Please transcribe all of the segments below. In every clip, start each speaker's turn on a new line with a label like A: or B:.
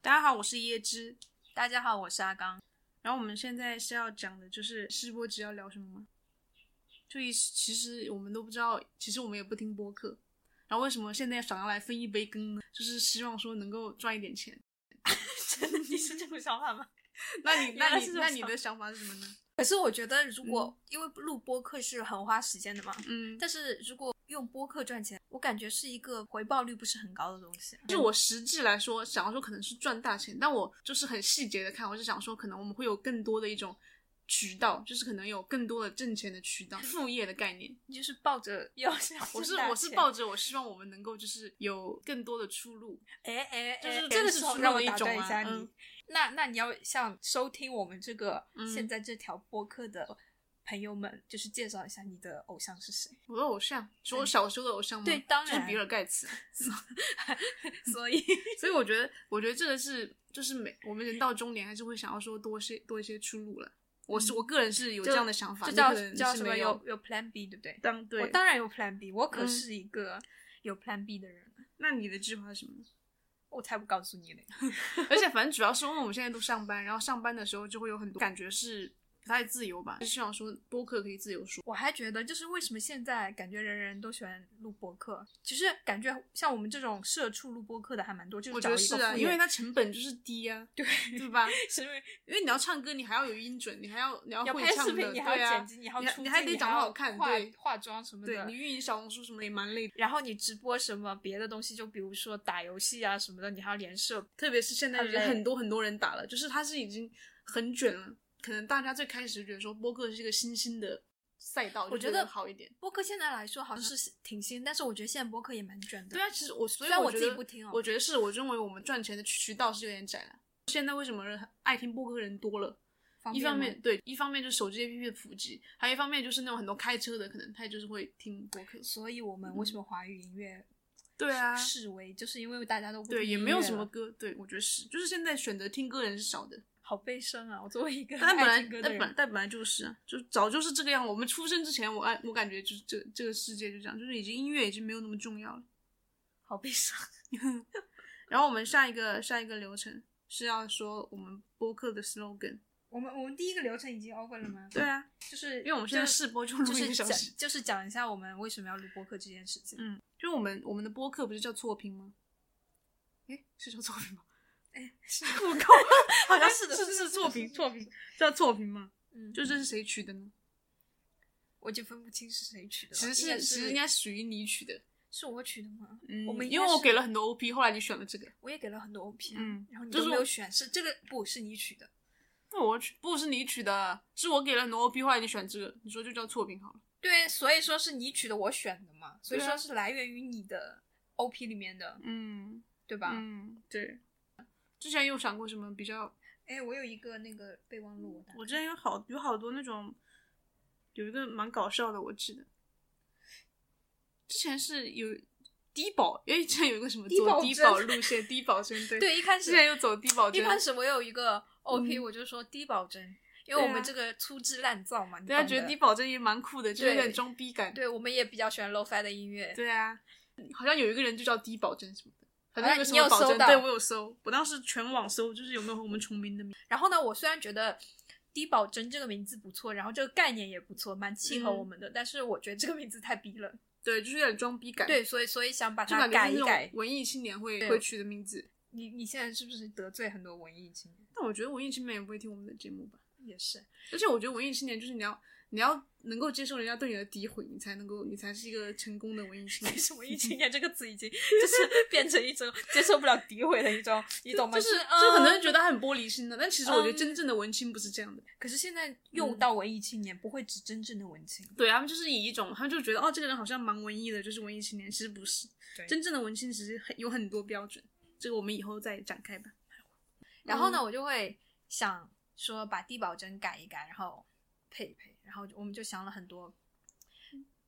A: 大家好，我是椰汁。大家好，我是阿刚。然后我们现在是要讲的就是试播集要聊什么吗？就一其实我们都不知道，其实我们也不听播客。然后为什么现在想要来分一杯羹呢？就是希望说能够赚一点钱。
B: 真的你是这种想法吗？
A: 那你
B: 原
A: 那你
B: 来是这种
A: 那你
B: 想
A: 的想法是什么呢？
B: 可是我觉得，如果、因为录播客是很花时间的嘛，
A: 嗯，
B: 但是如果用播客赚钱，我感觉是一个回报率不是很高的东西。
A: 就我实际来说，想要说可能是赚大钱，但我就是很细节的看，我是想说可能我们会有更多的一种渠道，就是可能有更多的挣钱的渠道，副业的概念。
B: 就是抱着要想
A: 我是我是抱着我希望我们能够就是有更多的出路，
B: 哎哎，
A: 就是
B: 哎
A: 这个
B: 哎
A: 是
B: 让
A: 出
B: 让
A: 路的
B: 我
A: 一
B: 打断
A: 种啊
B: 一下你。
A: 嗯
B: 那那你要向收听我们这个、
A: 嗯
B: 现在这条播客的朋友们，就是介绍一下你的偶像是谁。
A: 我的偶像，是我小时候的偶像吗？
B: 对当然
A: 就是比尔盖茨。
B: 所 以
A: 所以我觉得，我觉得这个是，就是每我们人到中年，还是会想要说多些多一些出路了。我是、
B: 嗯
A: 我个人是有
B: 就
A: 这样的想法，
B: 就
A: 你
B: 叫
A: 可能
B: 叫
A: 是
B: 什么
A: 没
B: 有有 Plan B 对不对？
A: 当对
B: 我当然有 Plan B，我可
A: 嗯
B: 是一个有 Plan B 的人，
A: 那你的计划是什么呢？
B: 我才不告诉你嘞。
A: 而且反正主要是因为我们现在都上班，然后上班的时候就会有很多感觉是不太自由吧，就希望说播客可以自由说。
B: 我还觉得，就是为什么现在感觉人人都喜欢录播客？其实感觉像我们这种社畜录播客的还蛮多，就是
A: 我
B: 找
A: 觉
B: 一
A: 得
B: 个
A: 是啊，
B: 副业
A: 因为它成本就是低啊，
B: 对，
A: 对吧？
B: 是因为
A: 因为你要唱歌，你还要有音准，你还要你要
B: 要
A: 会
B: 拍
A: 唱
B: 视
A: 的，
B: 频，你还
A: 对
B: 要剪
A: 啊，
B: 辑，你还
A: 你
B: 要
A: 还
B: 出
A: 你还
B: 镜
A: 得长得
B: 要
A: 好看
B: 化
A: 对
B: 化妆什么
A: 对
B: 的
A: 你。运营小红书什么也蛮累的，
B: 然后你直播什么别的东西，就比如说打游戏啊什么的，你还要连射。
A: 特别是现在
B: 很累
A: 人很多很多人打了，就是它是已经很卷了。可能大家最开始觉得说播客是一个新兴的赛道，就
B: 我觉得
A: 好一点。
B: 播客现在来说好像是挺新，但是我觉得现在播客也蛮卷
A: 嗯
B: 的。
A: 对啊，其实我所
B: 虽
A: 以
B: 然
A: 我
B: 我
A: 觉
B: 自己
A: 得
B: 不听哦
A: 我觉得是我认为我们赚钱的渠道是有点窄了。现在为什么人爱听播客的人多了？
B: 方
A: 一
B: 便吗，
A: 方面对，一方面就是手机 APP 的普及，还有一方面就是那种很多开车的，可能他就是会听播客。
B: 所以我们为什
A: 嗯
B: 么华语音乐
A: 对啊，
B: 示威，就是因为大家都不
A: 对，
B: 听
A: 也
B: 音
A: 没有
B: 乐
A: 什么
B: 了
A: 歌，对我觉得是，就是现在选择听歌的人是少的。
B: 好悲伤啊！我作为一个
A: 但本
B: 爱
A: 来
B: 听歌的
A: 但
B: 人，
A: 本但本来就是啊，就早就是这个样。我们出生之前，我爱我感觉就是这这个世界就这样，就是已经音乐已经没有那么重要了。
B: 好悲伤。
A: 然后我们下一个下一个流程是要说我们播客的 slogan。
B: 我们我们第一个流程已经 over 了吗？
A: 对，啊，
B: 就是
A: 因为我们现在
B: 就
A: 试播就录
B: 就
A: 一个
B: 是
A: 小
B: 讲
A: 时，
B: 就是讲一下我们为什么要录播客这件事情。
A: 嗯，就我们我们的播客不是叫错评吗？诶，是叫错评吗？
B: 是
A: 不够，啊好像是
B: 是的
A: 是
B: 哎是
A: 是
B: 的
A: 错评错评叫错评吗？
B: 嗯，
A: 就这是谁取的呢？
B: 我就分不清是谁取的
A: 其
B: 了，
A: 实
B: 应该
A: 是其实应该属于你取的，
B: 是我取的吗？
A: 嗯，
B: 我们应该
A: 因为我
B: 是
A: 给了很多 OP，后来你选了这个，
B: 我也给了很多 OP，
A: 嗯
B: 然后你
A: 就是
B: 都没有
A: 我
B: 选，是这个不是你取的，
A: 那我取不是你取的，是我给了很多 OP，后来你选这个，你说就叫错评好了。
B: 对，所以说是你取的，我选的嘛，所以
A: 对啊
B: 说是来源于你的 OP 里面的，
A: 嗯，
B: 对吧？
A: 嗯，对。之前有想过什么比较
B: 哎，我有一个那个备忘录，打
A: 我之前有好有好多那种，有一个蛮搞笑的，我记得。之前是有低保，因为之前有一个什么
B: 低保
A: 走低
B: 针
A: 保路线，低保 针对。
B: 对，一开
A: 之
B: 始
A: 前有走低保
B: 一
A: 针，
B: 开始我有一个 OP，、
A: 嗯
B: 我就说低保真，因为
A: 对
B: 我们
A: 啊
B: 这个粗制滥造嘛，你
A: 对啊，
B: 懂
A: 觉得
B: 的
A: 低，保针也蛮酷的，就是有
B: 对
A: 点装逼感。
B: 对我们也比较喜欢 low fi 的音乐，
A: 对啊，好像有一个人就叫低保针什么的，反正
B: 哎
A: 有个什
B: 你有
A: 么保
B: 搜
A: 针，
B: 到
A: 对我有搜，我当时全网搜，就是有没有和我们重名的名。
B: 然后呢，我虽然觉得低保真这个名字不错，然后这个概念也不错，蛮契合
A: 嗯
B: 我们的，但是我觉得这个名字太逼了，
A: 对，就是有点装逼感。，
B: 对，所以所以想把
A: 就
B: 它
A: 感觉
B: 改
A: 是
B: 一
A: 那
B: 改
A: 种。文艺青年会
B: 对
A: 会取的名字。
B: 你你现在是不是得罪很多文艺青年？
A: 但我觉得文艺青年也不会听我们的节目吧。
B: 也是，
A: 而且我觉得文艺青年就是你要你要能够接受人家对你的诋毁，你才能够你才是一个成功的文艺青
B: 但
A: 年。
B: 是“文艺 青年”这个词已经就是变成一种接受不了诋毁的 一种，你懂吗？
A: 就是是就很多人
B: 嗯
A: 觉得他很玻璃心的，但其实我觉得
B: 嗯
A: 真正的文青不是这样的。
B: 可是现在
A: 嗯
B: 用到文艺青年，不会指真正的文青。
A: 对他们就是以一种他们就觉得哦这个人好像蛮文艺的，就是文艺青年，其实不是。
B: 对
A: 真正的文青其实很有很多标准，这个我们以后再展开吧。嗯
B: 然后呢，我就会想说把低保真改一改，然后配一配，然后我们就想了很多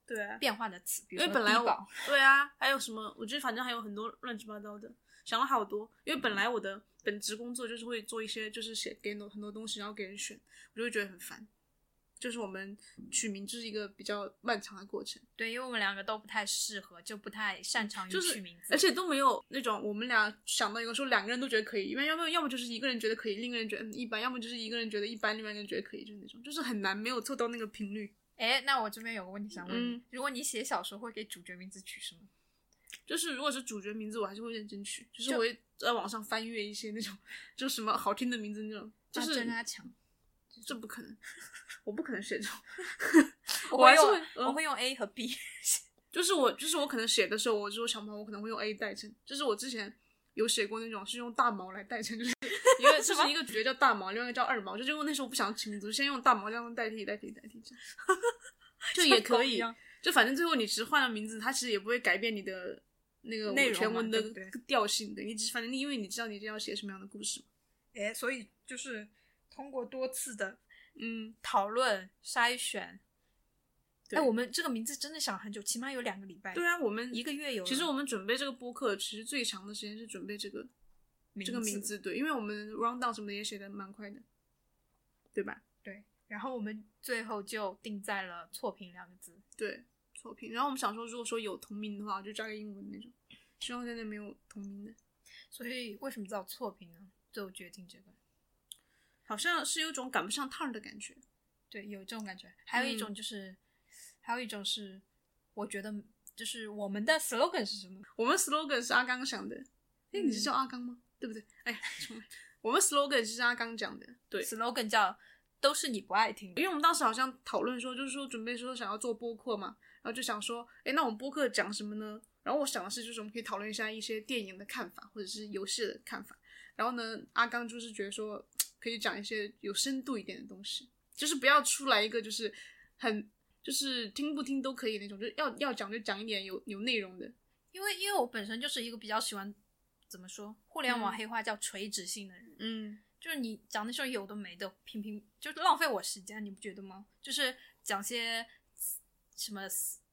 A: 对啊，
B: 变化的词，比
A: 因
B: 如
A: 为
B: 说
A: 本来
B: 低
A: 我
B: 保，
A: 对啊，还有什么？我觉得反正还有很多乱七八糟的，想了好多。因为本来我的本职工作就是会做一些，就是写给很多很多东西，然后给人选，我就会觉得很烦。就是我们取名就是一个比较漫长的过程，
B: 对，因为我们两个都不太适合，就不太擅长于
A: 嗯就是
B: 啊取名字，
A: 而且都没有那种我们俩想到一个说两个人都觉得可以，因为要么要么就是一个人觉得可以，另一个人觉得嗯一般，要么就是一个人觉得一般，另外一个人觉得可以，就是那种，就是很难没有凑到那个频率，
B: 哎，那我这边有个问题想问你，
A: 嗯
B: 如果你写小说会给主角名字取什么？
A: 就是如果是主角名字，我还是会认真取，就是我会在网上翻阅一些那种，就什么好听啊的名字那种，就是、
B: 真阿啊强，
A: 这不可能， 我不可能写这种，
B: 我
A: 还
B: 会
A: 是
B: 用
A: 会嗯
B: 我会用 A 和 B，
A: 就是我就是我可能写的时候，我就想不到我可能会用 A 代称，就是我之前有写过那种是用大毛来代称，就是一 个就是一个主角叫大毛，另外一个叫二毛，就是因为那时候我不想起名字，先用大毛这样代替代替代替这样， 就 也可以，就反正最后你只是换了名字，它其实也不会改变你的那个
B: 内容嘛
A: 全文的
B: 对不对
A: 调性的，你只反正因为你知道你这要写什么样的故事嘛，
B: 哎，所以就是通过多次的
A: 嗯，
B: 讨论筛选，
A: 对
B: 哎，我们这个名字真的想很久，起码有两个礼拜，
A: 对啊，我们
B: 一个月有了。
A: 其实我们准备这个播客，其实最长的时间是准备这个这个名字，对，因为我们 round down 什么的也写的蛮快的，对吧？
B: 对，然后我们最后就定在了“错评”两个字。
A: 对，错评。然后我们想说，如果说有同名的话，就加个英文那种。希望现在没有同名的，
B: 所以为什么叫错评呢？最后决定这个，
A: 好像是有一种赶不上趟儿的感觉。
B: 对，有这种感觉。还有一
A: 嗯
B: 种就是，还有一种是，我觉得就是我们的 slogan 是什么？
A: 我们 slogan 是阿刚想的，哎，你是
B: 嗯
A: 叫阿刚吗？对不对？哎，重来。我们 slogan 是阿刚讲的，对，
B: slogan 叫“都是你不爱听”，
A: 因为我们当时好像讨论说，就是说准备说想要做播客嘛，然后就想说，哎，那我们播客讲什么呢？然后我想的是，就是我们可以讨论一下一些电影的看法，或者是游戏的看法。然后呢，阿刚就是觉得说，可以讲一些有深度一点的东西，就是不要出来一个就是很就是听不听都可以那种，就是要要讲就讲一点有有内容的。
B: 因为因为我本身就是一个比较喜欢怎么说互联网
A: 嗯
B: 黑化叫垂直性的人，
A: 嗯，
B: 就是你讲那种有的没的，频频就是浪费我时间，你不觉得吗？就是讲些什么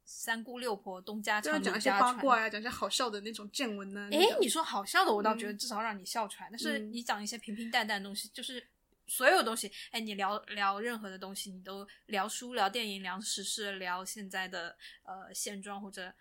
B: 三姑六婆、东家
A: 就
B: 长、
A: 要讲
B: 李
A: 一些
B: 家
A: 八
B: 传。
A: 卦呀、讲一些好笑的那种见闻呢、
B: 哎
A: 那，种
B: 你说好笑的，我倒觉得
A: 嗯
B: 至少让你笑出来。但是
A: 嗯
B: 你讲一些平平淡淡的东西，就是所有东西，哎，你聊聊任何的东西，你都聊书、聊电影、聊时事、聊现在的呃现状或者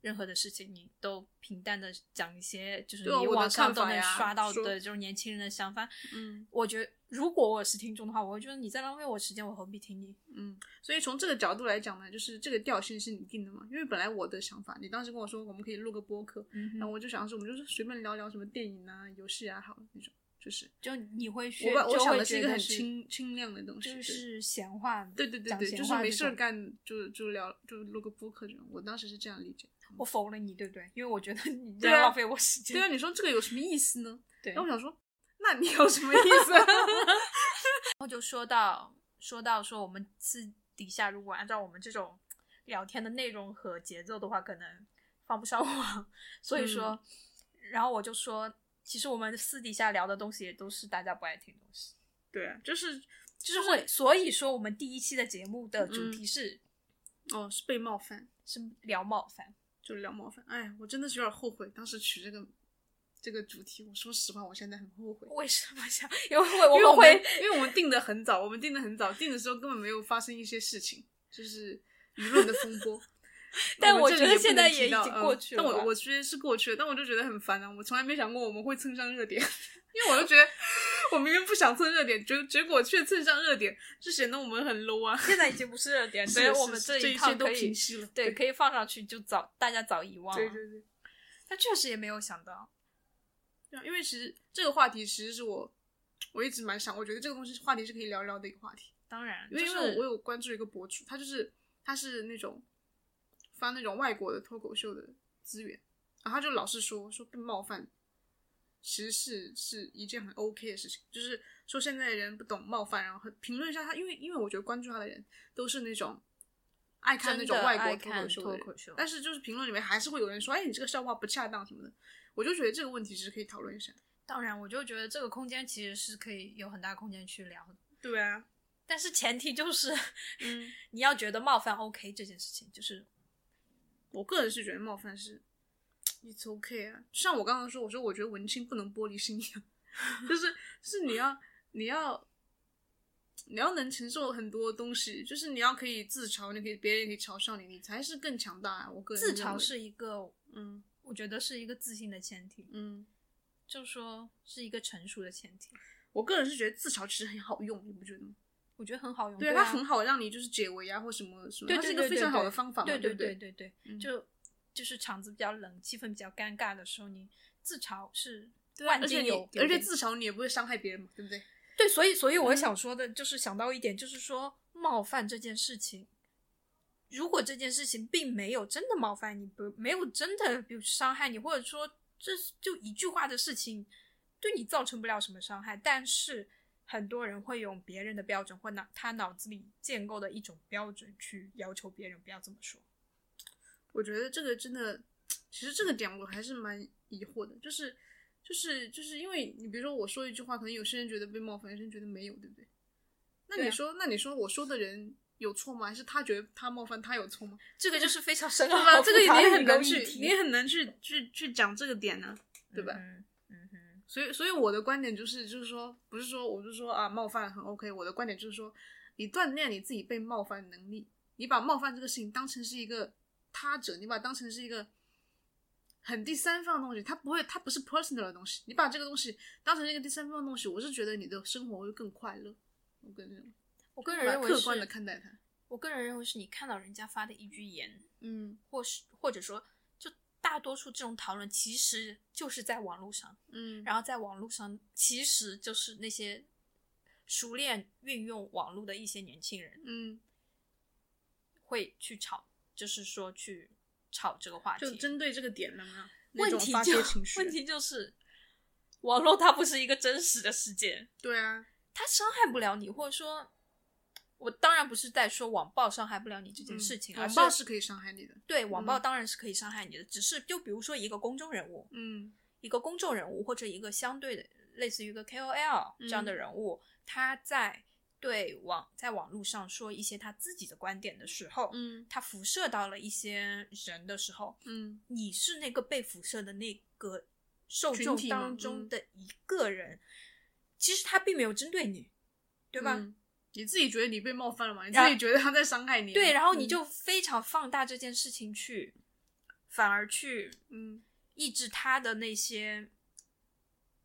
B: 任何的事情，你都平淡的讲一些，就是
A: 对啊
B: 你
A: 我的
B: 网上
A: 看
B: 都
A: 法
B: 能
A: 呀
B: 刷到
A: 说
B: 的，就是年轻人的想法。
A: 嗯
B: 我觉得如果我是听众的话，我会觉得你在浪费我时间，我何必听你？
A: 嗯，所以从这个角度来讲呢，就是这个调性是你定的嘛？因为本来我的想法，你当时跟我说我们可以录个播客，
B: 嗯
A: 然后我就想说我们就是随便聊聊什么电影啊、游戏啊，好了那种，就是
B: 就你会学，
A: 我把我
B: 就
A: 想
B: 会
A: 的是一
B: 觉
A: 个
B: 得
A: 很
B: 是
A: 清清亮的东西，
B: 就
A: 对
B: 是闲话，
A: 对对对
B: 讲
A: 对，
B: 闲
A: 就是
B: 话
A: 没
B: 这
A: 事儿
B: 种
A: 干就就聊就录个播客这种，我当时是这样理解。
B: 我否了你，对不对？因为我觉得 你
A: 对
B: 在
A: 啊
B: 浪费我时间。
A: 对啊，啊你说这个有什么意思呢？
B: 对
A: 然后我想说，那你有什么意思 啊？
B: 然后就说到说到说我们私底下如果按照我们这种聊天的内容和节奏的话，可能放不上网。所
A: 嗯
B: 以说，然后我就说，其实我们私底下聊的东西也都是大家不爱听的东西。
A: 对啊，就是
B: 就是会，所以说我们第一期的节目的主
A: 嗯
B: 题是、
A: 哦，是被冒犯。
B: 是聊冒犯，
A: 就聊冒犯。哎，我真的是有点后悔当时取这个这个主题。我说实话，我现在很后悔，
B: 为什么想？ 因为我
A: 因为我
B: 们会。
A: 因为我们定的很早，我们定的很早，定的时候根本没有发生一些事情，就是舆论的风波
B: 但
A: 我
B: 我
A: 这
B: 觉
A: 里
B: 得
A: 也不
B: 现
A: 能
B: 在
A: 提
B: 也已
A: 到
B: 经
A: 嗯
B: 过去了
A: 但
B: 吧
A: 我我觉得是过去了，但我就觉得很烦啊！我从来没想过我们会蹭上热点， 因为我就觉得我明明不想蹭热点，结结果却蹭上热点，就显得我们很 low 啊！
B: 现在已经不是热点，所以
A: 是
B: 我
A: 是
B: 们
A: 是
B: 一
A: 一
B: 趟
A: 切
B: 可
A: 都
B: 以
A: 平息了，
B: 对可以放上去，就早大家早遗忘了。
A: 对对对。
B: 但确实也没有想到，
A: 对啊，因为其实这个话题其实是我我一直蛮想，我觉得这个东西话题是可以聊聊的一个话题，
B: 当然，
A: 因为因
B: 就是
A: 为我我有关注一个博主，他就是他是那种翻那种外国的脱口秀的资源，然后他就老是说说被冒犯，其实是是一件很 OK 的事情，就是说现在人不懂冒犯，然后很评论一下他，因为因为我觉得关注他的人都是那种。爱看那
B: 真
A: 种
B: 的
A: 外国
B: 爱
A: 脱
B: 看
A: 口秀的
B: 脱
A: 人
B: 口秀
A: 但是就是评论里面还是会有人说，哎，你这个笑话不恰当什么的，我就觉得这个问题其实可以讨论一下。
B: 当然，我就觉得这个空间其实是可以有很大空间去聊的，
A: 对啊，
B: 但是前提就是，
A: 嗯，
B: 你要觉得冒犯 OK 这件事情，就是
A: 我个人是觉得冒犯是，it's okay 啊。像我刚刚说，我说我觉得文青不能玻璃心一样，就是是你要你要你要能承受很多东西，就是你要可以自嘲，你可以别人也可以嘲笑你，你才是更强大、啊。我个人
B: 自嘲
A: 认为，
B: 是一个，
A: 嗯
B: 我觉得是一个自信的前提，
A: 嗯，
B: 就说是一个成熟的前提，
A: 我个人是觉得自嘲其实很好用，你不觉得吗？
B: 我觉得很好用。
A: 对，
B: 对
A: 它
B: 啊，
A: 很好让你就是解围啊，或什么什么，
B: 对
A: 它是
B: 对
A: 一个
B: 对
A: 非
B: 对
A: 常好
B: 对
A: 的方法嘛，
B: 对
A: 对
B: 对
A: 不
B: 对
A: 对？
B: 对对，
A: 嗯
B: 就就是场子比较冷，气氛比较尴尬的时候，你自嘲是
A: 对啊
B: 万
A: 而且
B: 金
A: 你
B: 油，
A: 而且
B: 点
A: 自嘲你也不会伤害别人嘛，对不对？
B: 对，所以所以我
A: 嗯
B: 想说的就是想到一点，就是说冒犯这件事情，如果这件事情并没有真的冒犯你，不没有真的比如伤害你，或者说这是就一句话的事情，对你造成不了什么伤害，但是很多人会用别人的标准或脑他脑子里建构的一种标准去要求别人不要这么说。
A: 我觉得这个真的，其实这个点我还是蛮疑惑的，就是就是就是因为你比如说我说一句话，可能有些人觉得被冒犯，有些人觉得没有，对不对？那
B: 对
A: 你
B: 啊
A: 说，那你说我说的人有错吗？还是他觉得他冒犯他有 错吗？
B: 这个就是非常深
A: 对
B: 奥
A: 吧？
B: 好
A: 这
B: 复
A: 个
B: 杂
A: 你
B: 的
A: 也
B: 一
A: 很难
B: 个
A: 去
B: 议，题
A: 你也很难去去去讲这个点呢、啊对吧？
B: 嗯哼嗯哼，
A: 所以，所以我的观点就是，就是说，不是说我就说啊，冒犯很 OK。我的观点就是说，你锻炼你自己被冒犯的能力，你把冒犯这个事情当成是一个他者，你把它当成是一个很第三方的东西，它不会，它不是 personal 的东西。你把这个东西当成一个第三方的东西，我是觉得你的生活会更快乐。我跟你讲，
B: 我个人
A: 把
B: 认为
A: 客
B: 是
A: 观的看待它。
B: 我个人认为是你看到人家发的一句言，
A: 嗯
B: 或是或者说，就大多数这种讨论其实就是在网络上，
A: 嗯，
B: 然后在网络上其实就是那些熟练运用网络的一些年轻人
A: 嗯，
B: 会去吵，就是说去吵这个话
A: 就
B: 题。
A: 针对这个点了吗？那
B: 问
A: 种
B: 题
A: 发
B: 就
A: 泄情绪，
B: 问题就是，网络它不是一个真实的世界，
A: 对啊，
B: 它伤害不了你，或者说。我当然不是在说网暴伤害不了你这件事情，
A: 嗯
B: 而
A: 网
B: 是
A: 暴是可以伤害你的。
B: 对网暴
A: 嗯
B: 当然是可以伤害你的，只是就比如说一个公众人物，
A: 嗯
B: 一个公众人物或者一个相对的类似于一个 KOL 这样的
A: 嗯
B: 人物，他在对网在网络上说一些他自己的观点的时候，
A: 嗯
B: 他辐射到了一些人的时候，
A: 嗯。
B: 你是那个被辐射的那个受
A: 群
B: 众
A: 体吗
B: 当中
A: 嗯
B: 的一个人，其实他并没有针对你，对吧？
A: 嗯你自己觉得你被冒犯了嘛？你自
B: 然
A: 己觉得他在伤害你，
B: 对，然后你
A: 嗯
B: 就非常放大这件事情去，反而去
A: 嗯，
B: 抑制他的那些。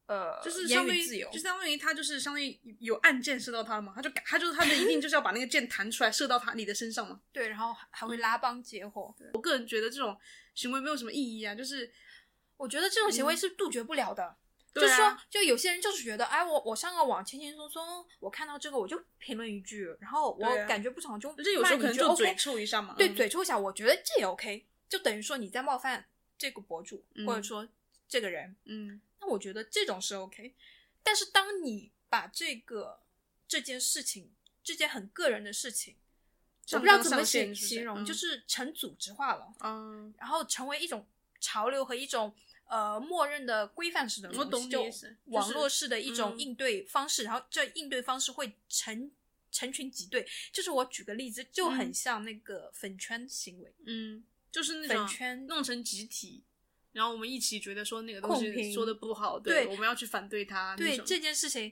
B: 呃，
A: 就是
B: 言
A: 相
B: 语
A: 当于
B: 自由，
A: 就相当于他就是相当于有暗箭射到他了嘛，他就他就是他的一定就是要把那个箭弹出来射到他你的身上嘛。
B: 对，然后还还
A: 嗯
B: 会拉帮结伙。
A: 我个人觉得这种行为没有什么意义啊，就是
B: 我觉得这种行为
A: 嗯
B: 是杜绝不了的。就
A: 对
B: 是说
A: 啊，，
B: 就有些人就是觉得，哎，我我上个网轻轻松松，我看到这个我就评论一句，然后我
A: 对啊
B: 感觉不爽就
A: 而且有时候
B: 骂
A: 可能
B: 你一句
A: 就
B: OK
A: 嘴臭一下嘛，
B: 对，
A: 嗯
B: 嘴臭一下，我觉得这也 OK，就等于说你在冒犯这个博主、
A: 嗯
B: 或者说这个人，
A: 嗯
B: 那我觉得这种是 OK。但是当你把这个这件事情，这件很个人的事情，我
A: 上
B: 不知道
A: 纲
B: 怎么
A: 上线
B: 形
A: 是不是
B: 形容，
A: 嗯
B: 就是成组织化了。
A: 嗯，
B: 然后成为一种潮流和一种呃默认的规范式的
A: 我
B: 东
A: 懂
B: 西，
A: 你
B: 就
A: 意思
B: 网
A: 就是
B: 络式的一种
A: 嗯
B: 应对方式，然后这应对方式会成成群结队。就是我举个例子，就很
A: 嗯
B: 像那个粉圈行为，
A: 嗯，就是那
B: 粉
A: 种
B: 圈
A: 弄成集体。然后我们一起觉得说那个东
B: 控评
A: 西说的不好，
B: 对
A: 我们要去反对他。那
B: 对
A: 种
B: 这件事情，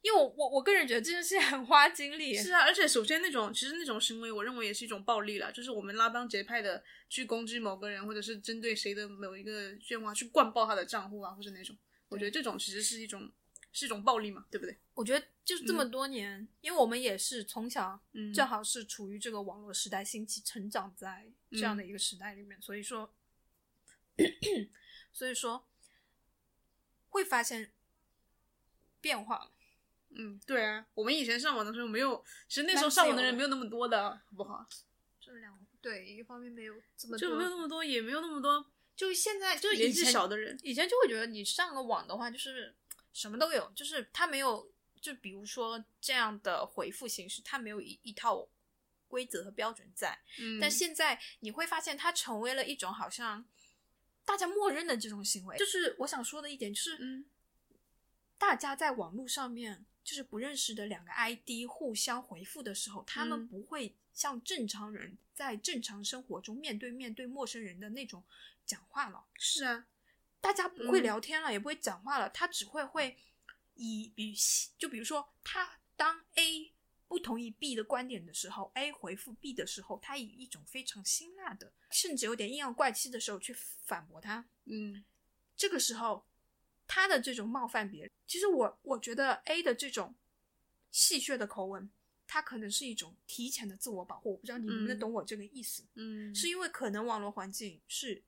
B: 因为我我我个人觉得这件事情很花精力，
A: 是啊，而且首先那种其实那种行为，我认为也是一种暴力了，就是我们拉帮结派的去攻击某个人，或者是针对谁的某一个愿望去灌爆他的账户啊，或者那种，我觉得这种其实是一种是一种暴力嘛，对不对？
B: 我觉得就是这么多年，因为我们也是从小
A: 嗯
B: 正好是处于这个网络时代兴起，成长在这样的一个时代里面，所以 说，所以说会发现变化了。
A: 嗯，对啊，我们以前上网的时候没有，其实那时
B: 蛮
A: 候
B: 自
A: 上网的
B: 由
A: 人
B: 的
A: 没有那么多的，好不好？
B: 这两对一个方面没有这么
A: 就没有那么多，也没有那么多
B: 就现在就
A: 年
B: 以
A: 纪
B: 前
A: 小的人。
B: 以前就会觉得你上个网的话就是什么都有，就是它没有就比如说这样的回复形式，它没有一一套规则和标准在。
A: 嗯，
B: 但现在你会发现，它成为了一种好像大家默认的这种行为。就是我想说的一点，就是
A: 嗯
B: 大家在网络上面，就是不认识的两个 ID 互相回复的时候，他们
A: 嗯
B: 不会像正常人在正常生活中面对面对陌生人的那种讲话了。
A: 是啊，
B: 大家不会
A: 嗯
B: 聊天了，也不会讲话了，他只会会以比就比如说他当 A 不同意 B 的观点的时候，A 回复 B 的时候，他以一种非常辛辣的，甚至有点阴阳怪气的时候去反驳他。
A: 嗯
B: 这个时候，他的这种冒犯别人，其实我我觉得 A 的这种戏谑的口吻，它可能是一种提前的自我保护。我不知道你能不能
A: 嗯
B: 懂我这个意思，
A: 嗯，
B: 是因为可能网络环境是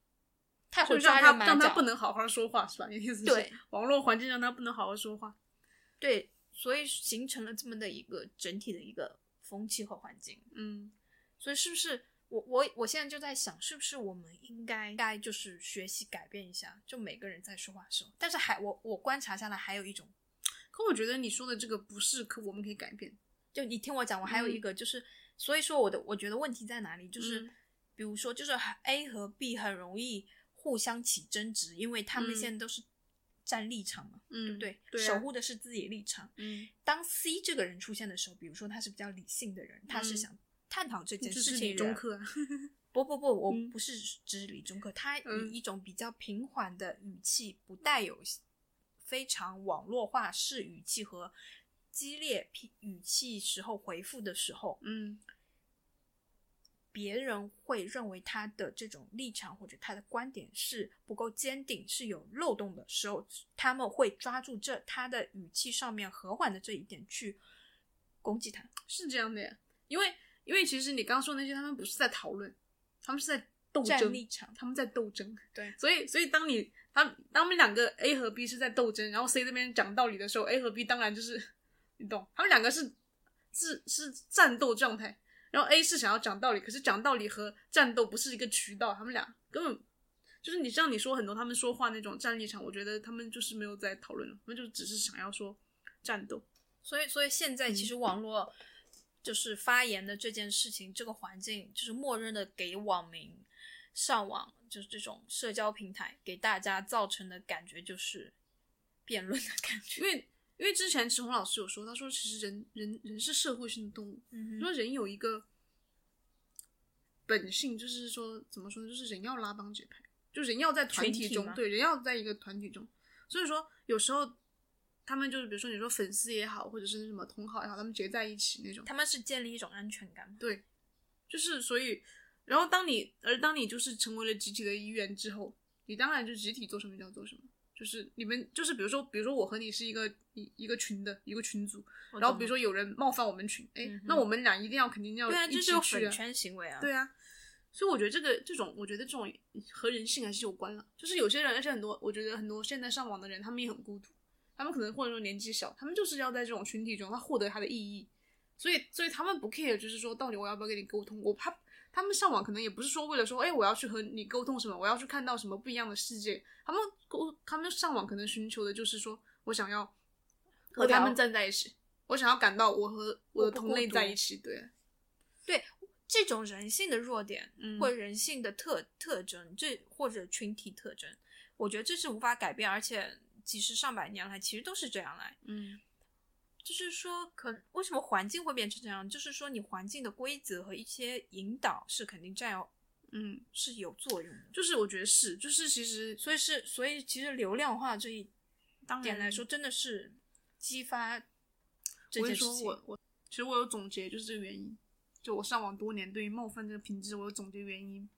B: 太
A: 就
B: 会
A: 让
B: 抓
A: 他
B: 人马脚，
A: 让他不能好好说话是吧？你的意思是
B: 对
A: 网络环境让他不能好好说话。
B: 对，所以形成了这么的一个整体的一个风气和环境。
A: 嗯
B: 所以是不是我我我现在就在想，是不是我们应该该就是学习改变一下，就每个人在说话的时候，但是还我我观察下来还有一种，
A: 可我觉得你说的这个不是可我们可以改变，
B: 就你听我讲，我还有一个就是，所以说我的我觉得问题在哪里，就是、
A: 嗯
B: 比如说就是 A 和 B 很容易互相起争执，因为他们
A: 嗯
B: 现在都是站立场嘛，
A: 嗯，
B: 对不
A: 对啊，
B: 守护的是自己的立场。
A: 嗯，
B: 当 C 这个人出现的时候，比如说他是比较理性的人，他是
A: 嗯
B: 想探讨这件
A: 这
B: 事
A: 是
B: 情
A: 理
B: 的
A: 中
B: 人
A: 客啊，
B: 不不不，我
A: 嗯
B: 不是指理中客，他
A: 嗯
B: 以一种比较平缓的语气，不带有非常网络化式语气和激烈批语气时候回复的时候，
A: 嗯
B: 别人会认为他的这种立场或者他的观点是不够坚定，是有漏洞的时候，他们会抓住这他的语气上面和缓的这一点去攻击他。
A: 是这样的呀，因为因为其实你刚说的那些，他们不是在讨论，他们是在斗
B: 站
A: 争，
B: 立场，
A: 他们在斗争，
B: 对
A: 所以所以当你他他们两个 A 和 B 是在斗争，然后 C 这边讲道理的时候，A 和 B 当然就是你懂，他们两个是是是战斗状态，然后 A 是想要讲道理，可是讲道理和战斗不是一个渠道，他们俩根本就是你像你说很多他们说话那种站立场，我觉得他们就是没有在讨论了，他们就只是想要说战斗，
B: 所以，所以现在
A: 嗯
B: 其实网络就是发言的这件事情，这个环境就是默认的给网民上网，就是这种社交平台给大家造成的感觉就是辩论的感觉。
A: 因为因为之前池红老师有说，他说其实人人人是社会性的动物，
B: 嗯
A: 说人有一个本性，就是说怎么说呢？就是人要拉帮结派，就人要在团
B: 群
A: 体
B: 体
A: 中，
B: 吗
A: 对，人要在一个团体中。所以说，有时候他们就是，比如说你说粉丝也好，或者是什么同好也好，他们结在一起那种，
B: 他们是建立一种安全感嘛？
A: 对，就是所以，然后当你而当你就是成为了集体的一员之后，你当然就集体做什么就要做什么。就是你们，就是比如说，比如说我和你是一个一一个群的一个群组，然后比如
B: 说，
A: 说有人冒犯我们群，哎、
B: 嗯哼
A: 那我们俩一定要肯定要
B: 对啊，
A: 一
B: 这
A: 起
B: 是有
A: 去
B: 粉
A: 啊，
B: 圈行为啊。
A: 对啊，所以我觉得这个这种，我觉得这种和人性还是有关了。就是有些人，而且很多，我觉得很多现在上网的人，他们也很孤独，他们可能或者说年纪小，他们就是要在这种群体中，他获得他的意义。所以，所以他们不 care，就是说到底我要不要跟你沟通，我怕他们上网可能也不是说为了说，哎，我要去和你沟通什么，我要去看到什么不一样的世界。他们沟，他们上网可能寻求的就是说我想要和
B: 我
A: 他
B: 聊
A: 们站在一起，我想要感到我和我
B: 我
A: 的
B: 不
A: 同
B: 孤
A: 类在
B: 独
A: 一起。对，
B: 对这种人性的弱点，
A: 嗯
B: 或者人性的特特征，这或者群体特征，我觉得这是无法改变，而且几十上百年来其实都是这样来。
A: 嗯
B: 就是说，可为什么环境会变成这样？就是说，你环境的规则和一些引导是肯定占有
A: 嗯，
B: 是有作用的。
A: 就是我觉得是，就是其实
B: 所以是，所以其实流量化这一
A: 当
B: 点
A: 然
B: 来说，，真的是激发这
A: 我跟
B: 件
A: 你
B: 事
A: 说
B: 情。
A: 我我其实我有总结，就是这个原因。就我上网多年，对于冒犯这个品质，我有总结原因。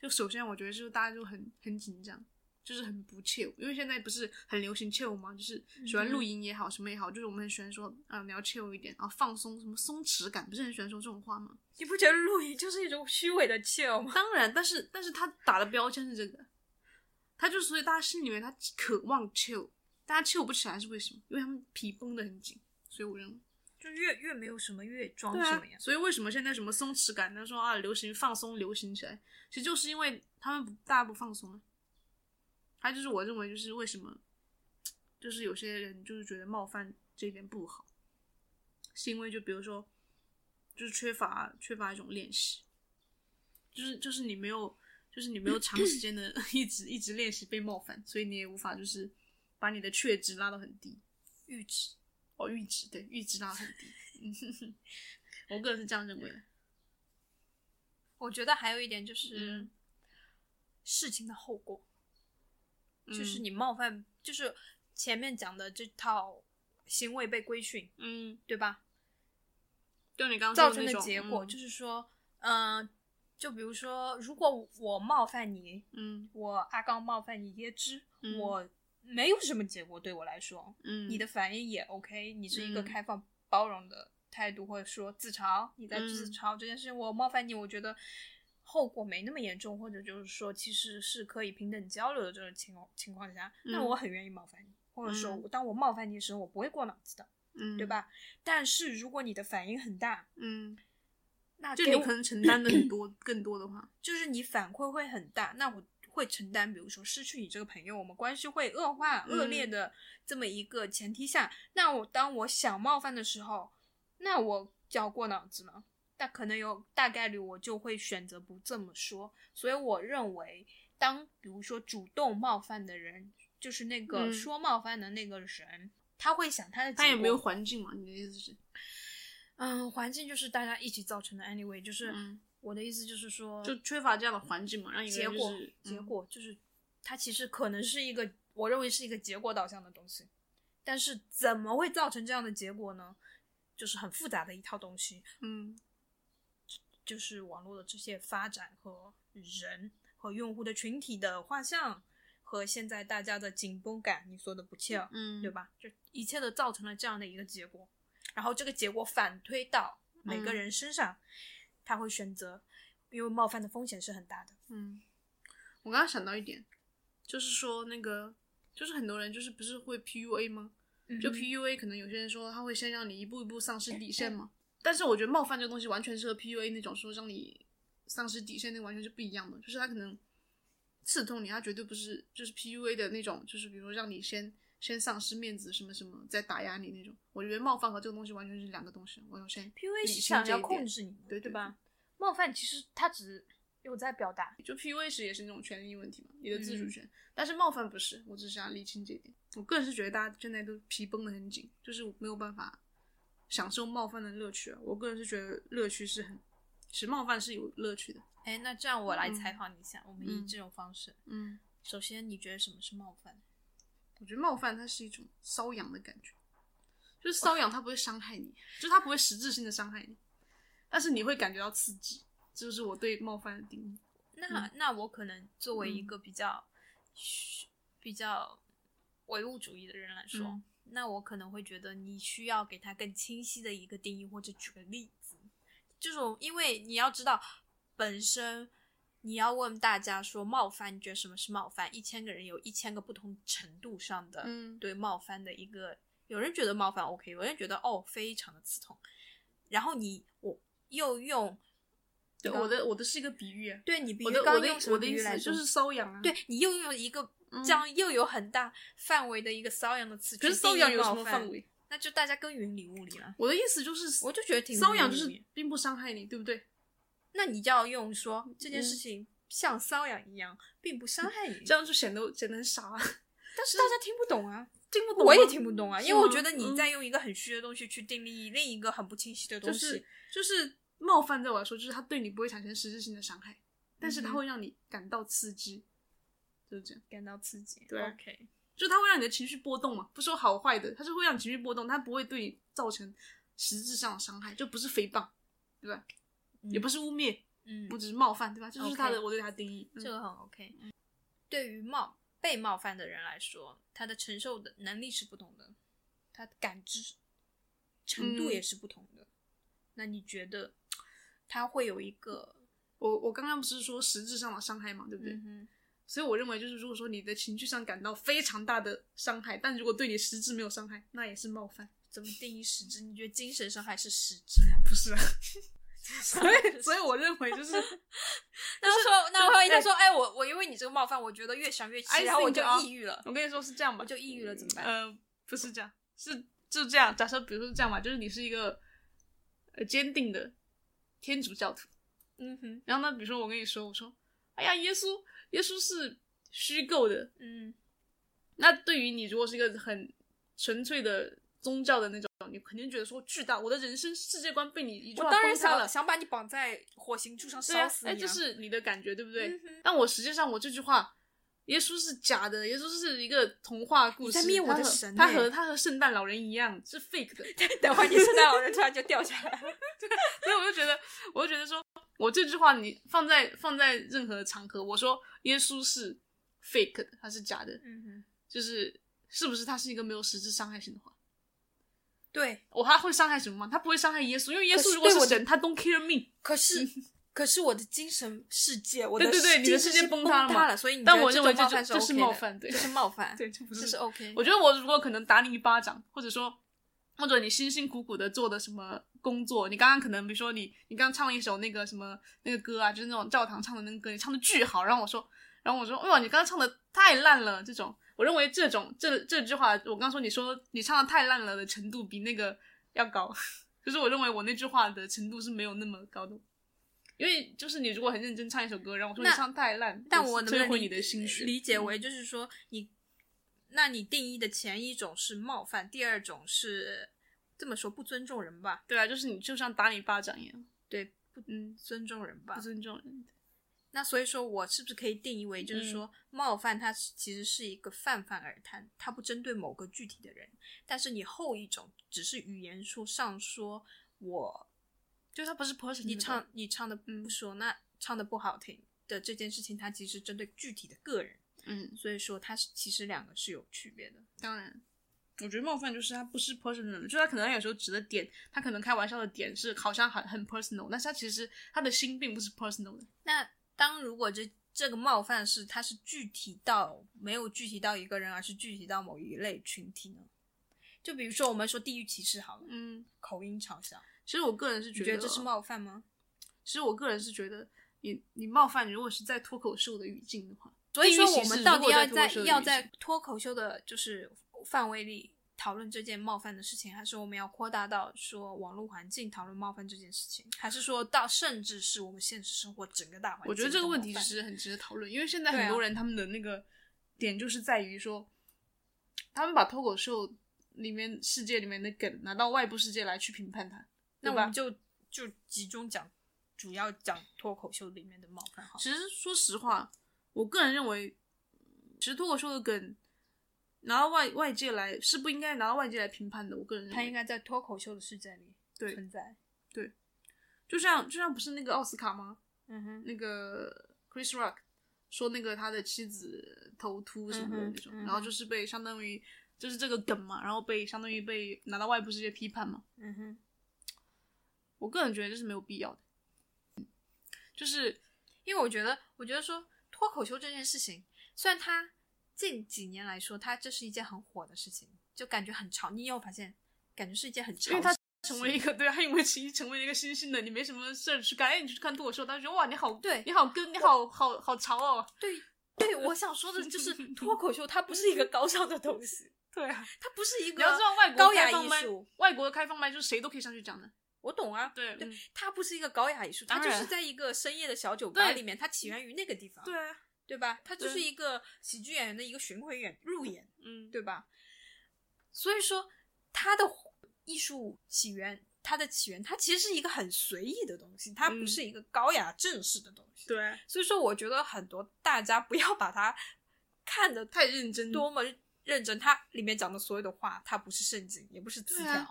A: 就首先，我觉得就是大家就很很紧张，就是很不切，因为现在不是很流行切舞嘛，就是喜欢露
B: 嗯哼
A: 营也好，什么也好，就是我们很喜欢说，啊、你要切舞一点，然后放松，什么松弛感，不是很喜欢说这种话吗？
B: 你不觉得露营就是一种虚伪的气哦吗？
A: 当然，但是但是他打的标签是这个，他就所以大家心里面他渴望 chill，大家 chill 不起来是为什么？因为他们皮绷得很紧，所以我认为
B: 就越越没有什么越装
A: 对
B: 什
A: 啊
B: 么呀，。
A: 所以为什么现在什么松弛感，他说啊流行放松流行起来，其实就是因为他们不大家不放松啊。还有就是我认为就是为什么，就是有些人就是觉得冒犯这一点不好，是因为就比如说，就是缺乏缺乏一种练习，就是就是你没有就是你没有长时间的 一直一直练习被冒犯，所以你也无法就是把你的确值拉到很低，
B: 阈值
A: 哦阈值对阈值拉到很低，我个人是这样认为的。
B: 我觉得还有一点就是、
A: 嗯
B: 事情的后果，就是
A: 嗯
B: 你冒犯，就是前面讲的这套行为被规训，
A: 嗯
B: 对吧？
A: 就你刚
B: 造
A: 刚说
B: 成
A: 那
B: 的
A: 种
B: 结果，
A: 嗯
B: 就是说，嗯、就比如说，如果我冒犯你，
A: 嗯
B: 我阿刚冒犯你椰汁，
A: 嗯
B: 我没有什么结果对我来说，
A: 嗯，
B: 你的反应也 OK，你是一个
A: 嗯
B: 开放包容的态度，或者说自嘲，你在
A: 嗯
B: 自嘲这件事情，我冒犯你，我觉得后果没那么严重，或者就是说其实是可以平等交流的这种情况情况下，那
A: 嗯
B: 我很愿意冒犯你，或者说
A: 嗯
B: 当我冒犯你的时候，我不会过脑子的，
A: 嗯
B: 对？吧？但是如果你的反应很大，
A: 嗯，
B: 那
A: 就
B: 给
A: 你
B: 我
A: 可能承担的很 多更多的话，
B: 就是你反馈会很大，那我会承担，比如说失去你这个朋友，我们关系会恶化、
A: 嗯
B: 恶劣的这么一个前提下，那我当我想冒犯的时候，那我就要过脑子了。那可能有大概率我就会选择不这么说，所以我认为，当比如说主动冒犯的人，就是那个
A: 嗯
B: 说冒犯的那个人，他会想他的结果，
A: 他也没有环境嘛，你的意思是？
B: 嗯，环境就是大家一起造成的。anyway，就是、
A: 嗯
B: 我的意思就是说，
A: 就缺乏这样的环境嘛，让一个
B: 结
A: 人
B: 果
A: 就是、
B: 结
A: 嗯
B: 果就是它其实可能是一个，我认为是一个结果导向的东西，但是怎么会造成这样的结果呢？就是很复杂的一套东西，
A: 嗯
B: 就是网络的这些发展和人和用户的群体的画像和现在大家的紧绷感，你说的不切，
A: 嗯，
B: 对？吧？就一切都造成了这样的一个结果，然后这个结果反推到每个
A: 嗯
B: 人身上，他会选择，因为冒犯的风险是很大的。
A: 嗯，我刚刚想到一点，就是说那个，就是很多人就是不是会 PUA 吗？就
B: 嗯哼
A: PUA，可能有些人说他会先让你一步一步丧失底线嘛，
B: 嗯
A: 但是我觉得冒犯这个东西完全是和 PUA 那种说让你丧失底线那完全是不一样的，就是他可能刺痛你，他绝对不是就是 PUA 的那种，就是比如说让你先先丧失面子什么什么，再打压你那种。我觉得冒犯和这个东西完全是两个东西，我首先
B: PUA
A: 理
B: 是
A: 清
B: 想
A: 这
B: 要
A: 一
B: 控
A: 点
B: 制你嘛，
A: 对对
B: 吧？冒犯其实他只有在表达，
A: 就 PUA 时也是那种权利问题嘛，你的自主
B: 嗯
A: 权，但是冒犯不是，我只是想理清这一点。我个人是觉得大家现在都皮绷得很紧，就是没有办法享受冒犯的乐趣啊。我个人是觉得乐趣是很，其实冒犯是有乐趣的。
B: 哎，那这样我来采
A: 嗯
B: 访你一下，我们以
A: 嗯
B: 这种方式，
A: 嗯，
B: 首先你觉得什么是冒犯？
A: 我觉得冒犯它是一种瘙痒的感觉，就是瘙痒它不会伤害你，就是它不会实质性的伤害你，但是你会感觉到刺激，这就是我对冒犯的定义。
B: 那、那我可能作为一
A: 嗯
B: 个比较、比较唯物主义的人来说，
A: 嗯
B: 那我可能会觉得你需要给他更清晰的一个定义，或者举个例子。这种，因为你要知道，本身你要问大家说冒犯，你觉得什么是冒犯？一千个人有一千个不同程度上的
A: 嗯
B: 对冒犯的一个，有人觉得冒犯 OK，有人觉得哦非常的刺痛，然后你我又用
A: 对，啊我的我的是一个比喻啊，
B: 对你比
A: 我
B: 喻
A: 的
B: 刚
A: 我
B: 刚
A: 的
B: 用什
A: 我
B: 么
A: 的
B: 比
A: 意
B: 喻来
A: 思
B: 说
A: 就是瘙痒啊。
B: 对你又用一个
A: 嗯
B: 这样又有很大范围的一个瘙痒的词去
A: 可是瘙
B: 定义
A: 痒有什
B: 冒
A: 么
B: 犯
A: 范？围？
B: 那就大家更云里雾里了。
A: 我的意思就是，
B: 我就觉得挺
A: 瘙痒，就
B: 无语
A: 是并不伤害你，对不对？
B: 那你就要用说这件事
A: 嗯
B: 情像瘙痒一样，并不伤害你。
A: 这 样就显得显得很傻啊，
B: 但是大家听不懂啊，
A: 听不懂。
B: 我也听不懂啊，
A: 是
B: 因为我
A: 吗
B: 觉得你
A: 嗯
B: 在用一个很虚的东西去定义另一个很不清晰的
A: 就
B: 东西。
A: 是就是冒犯，对我来说，就是它对你不会产生实质性的伤害，但是它
B: 嗯哼
A: 会让你感到刺激，就是这样。
B: 感到刺激，
A: 对
B: ，OK，
A: 就是它会让你的情绪波动嘛，不说好坏的，它是会让你情绪波动，它不会对你造成实质上的伤害，就不是诽谤，对吧？也不
B: 是，
A: 是污蔑，
B: 嗯，
A: 不只是冒犯，对吧？这就是它
B: OK
A: 的我对它的定义。嗯
B: 这个很 OK。对于冒被冒犯的人来说，他的承受的能力是不同的，他的感知程度
A: 嗯
B: 也是不同的。那你觉得他会有一个，
A: 我我刚刚不是说实质上的伤害嘛，对不对？
B: 嗯哼，
A: 所以我认为，就是如果说你的情绪上感到非常大的伤害，但如果对你实质没有伤害，那也是冒犯。
B: 怎么定义实质？你觉得精神伤害是实质吗？
A: 不是啊， 所以所以我认为就是，
B: 那说，那万一他
A: 哎
B: 说，哎，我我因为你这个冒犯，我觉得越想越气，
A: I
B: 然后我
A: think
B: 就
A: 啊
B: 抑郁了，
A: 我跟你说是这样吧，
B: 我就抑郁了，怎么办？
A: 呃，不是这样，是就这样。假设比如说是这样吧，就是你是一个呃坚定的天主教徒，
B: 嗯哼，
A: 然后呢，比如说我跟你说，我说，哎呀，耶稣，耶稣是虚构的。
B: 嗯
A: 那对于你如果是一个很纯粹的宗教的那种，你肯定觉得说巨大，我的人生世界观被你一句
B: 我
A: 话
B: 当然
A: 崩塌了
B: 想。想把你绑在火刑柱上
A: 对
B: 烧
A: 啊，
B: 死你、
A: 哎，这是你的感觉，对不对？
B: 嗯哼
A: 但我实际上我这句话耶稣是假的，耶稣是一个童话故事。
B: 你在灭我的
A: 他和
B: 神
A: 他
B: 欸
A: 和他和圣诞老人一样是 fake 的，
B: 等会儿你圣诞老人突然就掉下来了。
A: 所以我就觉得，我就觉得说，我这句话你放在放在任何场合，我说耶稣是 fake 的，他是假的，
B: 嗯哼，
A: 就是是不是他是一个没有实质伤害性的话？
B: 对。
A: 我他会伤害什么吗？他不会伤害耶稣，因为耶
B: 可是
A: 稣如果
B: 对我
A: 是
B: 的
A: 神，他 don't care me。
B: 可是，可是我的精神世界，我
A: 嗯对对对
B: 精
A: 你的
B: 神
A: 世界
B: 崩
A: 崩塌了嘛
B: 了，所以你
A: 但
B: 觉得
A: 我认为
B: 这种
A: 这就
B: 冒犯 OK
A: 这是冒犯对
B: 的 这是冒犯，
A: 对，这不
B: 这是 OK。
A: 我觉得我如果可能打你一巴掌，或者说，或者你辛辛苦苦的做的什么工作，你刚刚可能比如说你你刚唱了一首那个什么那个歌啊，就是那种教堂唱的那个歌，你唱的巨好，然后我说，然后我说，哎呦，你刚刚唱的太烂了，这种，我认为这种这这句话，我刚说你说你唱的太烂了的程度比那个要高， 就是我认为我那句话的程度是没有那么高的。因为就是你如果很认真唱一首歌，然后我说你
B: 那
A: 唱太烂，
B: 但我能不
A: 摧
B: 能
A: 毁
B: 理
A: 你的心血？嗯
B: 理解为就是说你，那你定义的前一种是冒犯，第二种是这么说不尊重人吧？
A: 对啊，就是你就像打你巴掌一样，
B: 对，不
A: 嗯，
B: 尊重人吧
A: 不？尊重人。
B: 那所以说我是不是可以定义为
A: 嗯
B: 就是说、冒犯它是其实是一个泛泛而谈，它不针对某个具体的人，但是你后一种只是语言说上说我
A: 就是他不是 person，
B: 你
A: 的
B: 唱你唱的
A: 嗯
B: 不说，那唱的不好听的这件事情，它其实针对具体的个人，
A: 嗯，
B: 所以说它是其实两个是有区别的。
A: 当然，我觉得冒犯就是他不是 personal，的就他可能有时候指的点，他可能开玩笑的点是好像很很 personal，但是他其实他的心并不是 personal 的。
B: 那当如果这这个冒犯是它是具体到没有具体到一个人，而是具体到某一类群体呢？就比如说我们说地域歧视好了，
A: 嗯，
B: 口音嘲笑，
A: 其实我个人是
B: 你
A: 觉
B: 觉
A: 得哦
B: 得这是，冒犯吗？
A: 其实我个人是觉得你你冒犯如果是在脱口秀的语境的话，
B: 所以
A: 地域
B: 说我
A: 歧视
B: 们到
A: 如
B: 底
A: 果
B: 要
A: 在脱口
B: 在
A: 秀的
B: 要
A: 语
B: 在
A: 境
B: 脱口秀的就是范围里讨论这件冒犯的事情，还是我们要扩大到说网络环境讨论冒犯这件事情，还是说到甚至是我们现实生活整个大环境？
A: 我觉得这个问题其。实很值得讨论，因为现在很
B: 啊
A: 多人他们的那个点就是在于说，他们把脱口秀里面世界里面的梗拿到外部世界来去评判它，对
B: 那我
A: 吧
B: 们就就集中讲，主要讲脱口秀里面的冒犯好了。
A: 其实说实话，我个人认为，其实脱口秀的梗拿到外外界来是不应该拿到外界来评判的。我个人认为，
B: 它应该在脱口秀的世界里
A: 对
B: 存在。
A: 就像就像不是那个奥斯卡吗？
B: 嗯哼，
A: 那个 Chris Rock 说那个他的妻子头秃什么的
B: 嗯哼
A: 那种，
B: 嗯哼
A: 然后就是被相当于就是这个梗嘛，然后被相当于被拿到外部世界批判嘛。
B: 嗯哼，
A: 我个人觉得这是没有必要的，就是
B: 因为我觉得，我觉得说脱口秀这件事情，虽然它近几年来说，它这是一件很火的事情，就感觉很潮。你有没有发现，感觉是一件很潮
A: 因为它成
B: 成
A: 为
B: 为
A: 一个对，他啊因为其成为了一个新兴的，你没什么事儿去干，哎，你去看脱口秀，他说哇，你好，
B: 对
A: 你好跟你好好好潮哦，
B: 对对，我想说的 就是脱口秀，它不是一个高尚的东西，
A: 对啊，
B: 它不是一
A: 你要
B: 个
A: 知道外国
B: 高
A: 开
B: 雅
A: 放
B: 艺
A: 麦
B: 术，
A: 外国的开放麦就是谁都可以上去讲的，
B: 我懂啊，
A: 对
B: 对
A: 嗯，
B: 它不是一个高雅艺术，它
A: 当
B: 就是
A: 然
B: 在一个深夜的小酒吧
A: 对
B: 里面，它起源于那个地方，
A: 对啊，
B: 对吧？它就是
A: 对
B: 一个喜剧演员的一个巡回演路演。
A: 嗯，
B: 对吧？所以说，它的艺术起源，它的起源，它其实是一个很随意的东西，它不
A: 嗯
B: 是一个高雅正式的东西。
A: 对啊，
B: 所以说，我觉得很多大家不要把它看得
A: 太认真
B: 多么认真，它里面讲的所有的话，它不是圣经，也不是词
A: 对
B: 条，
A: 啊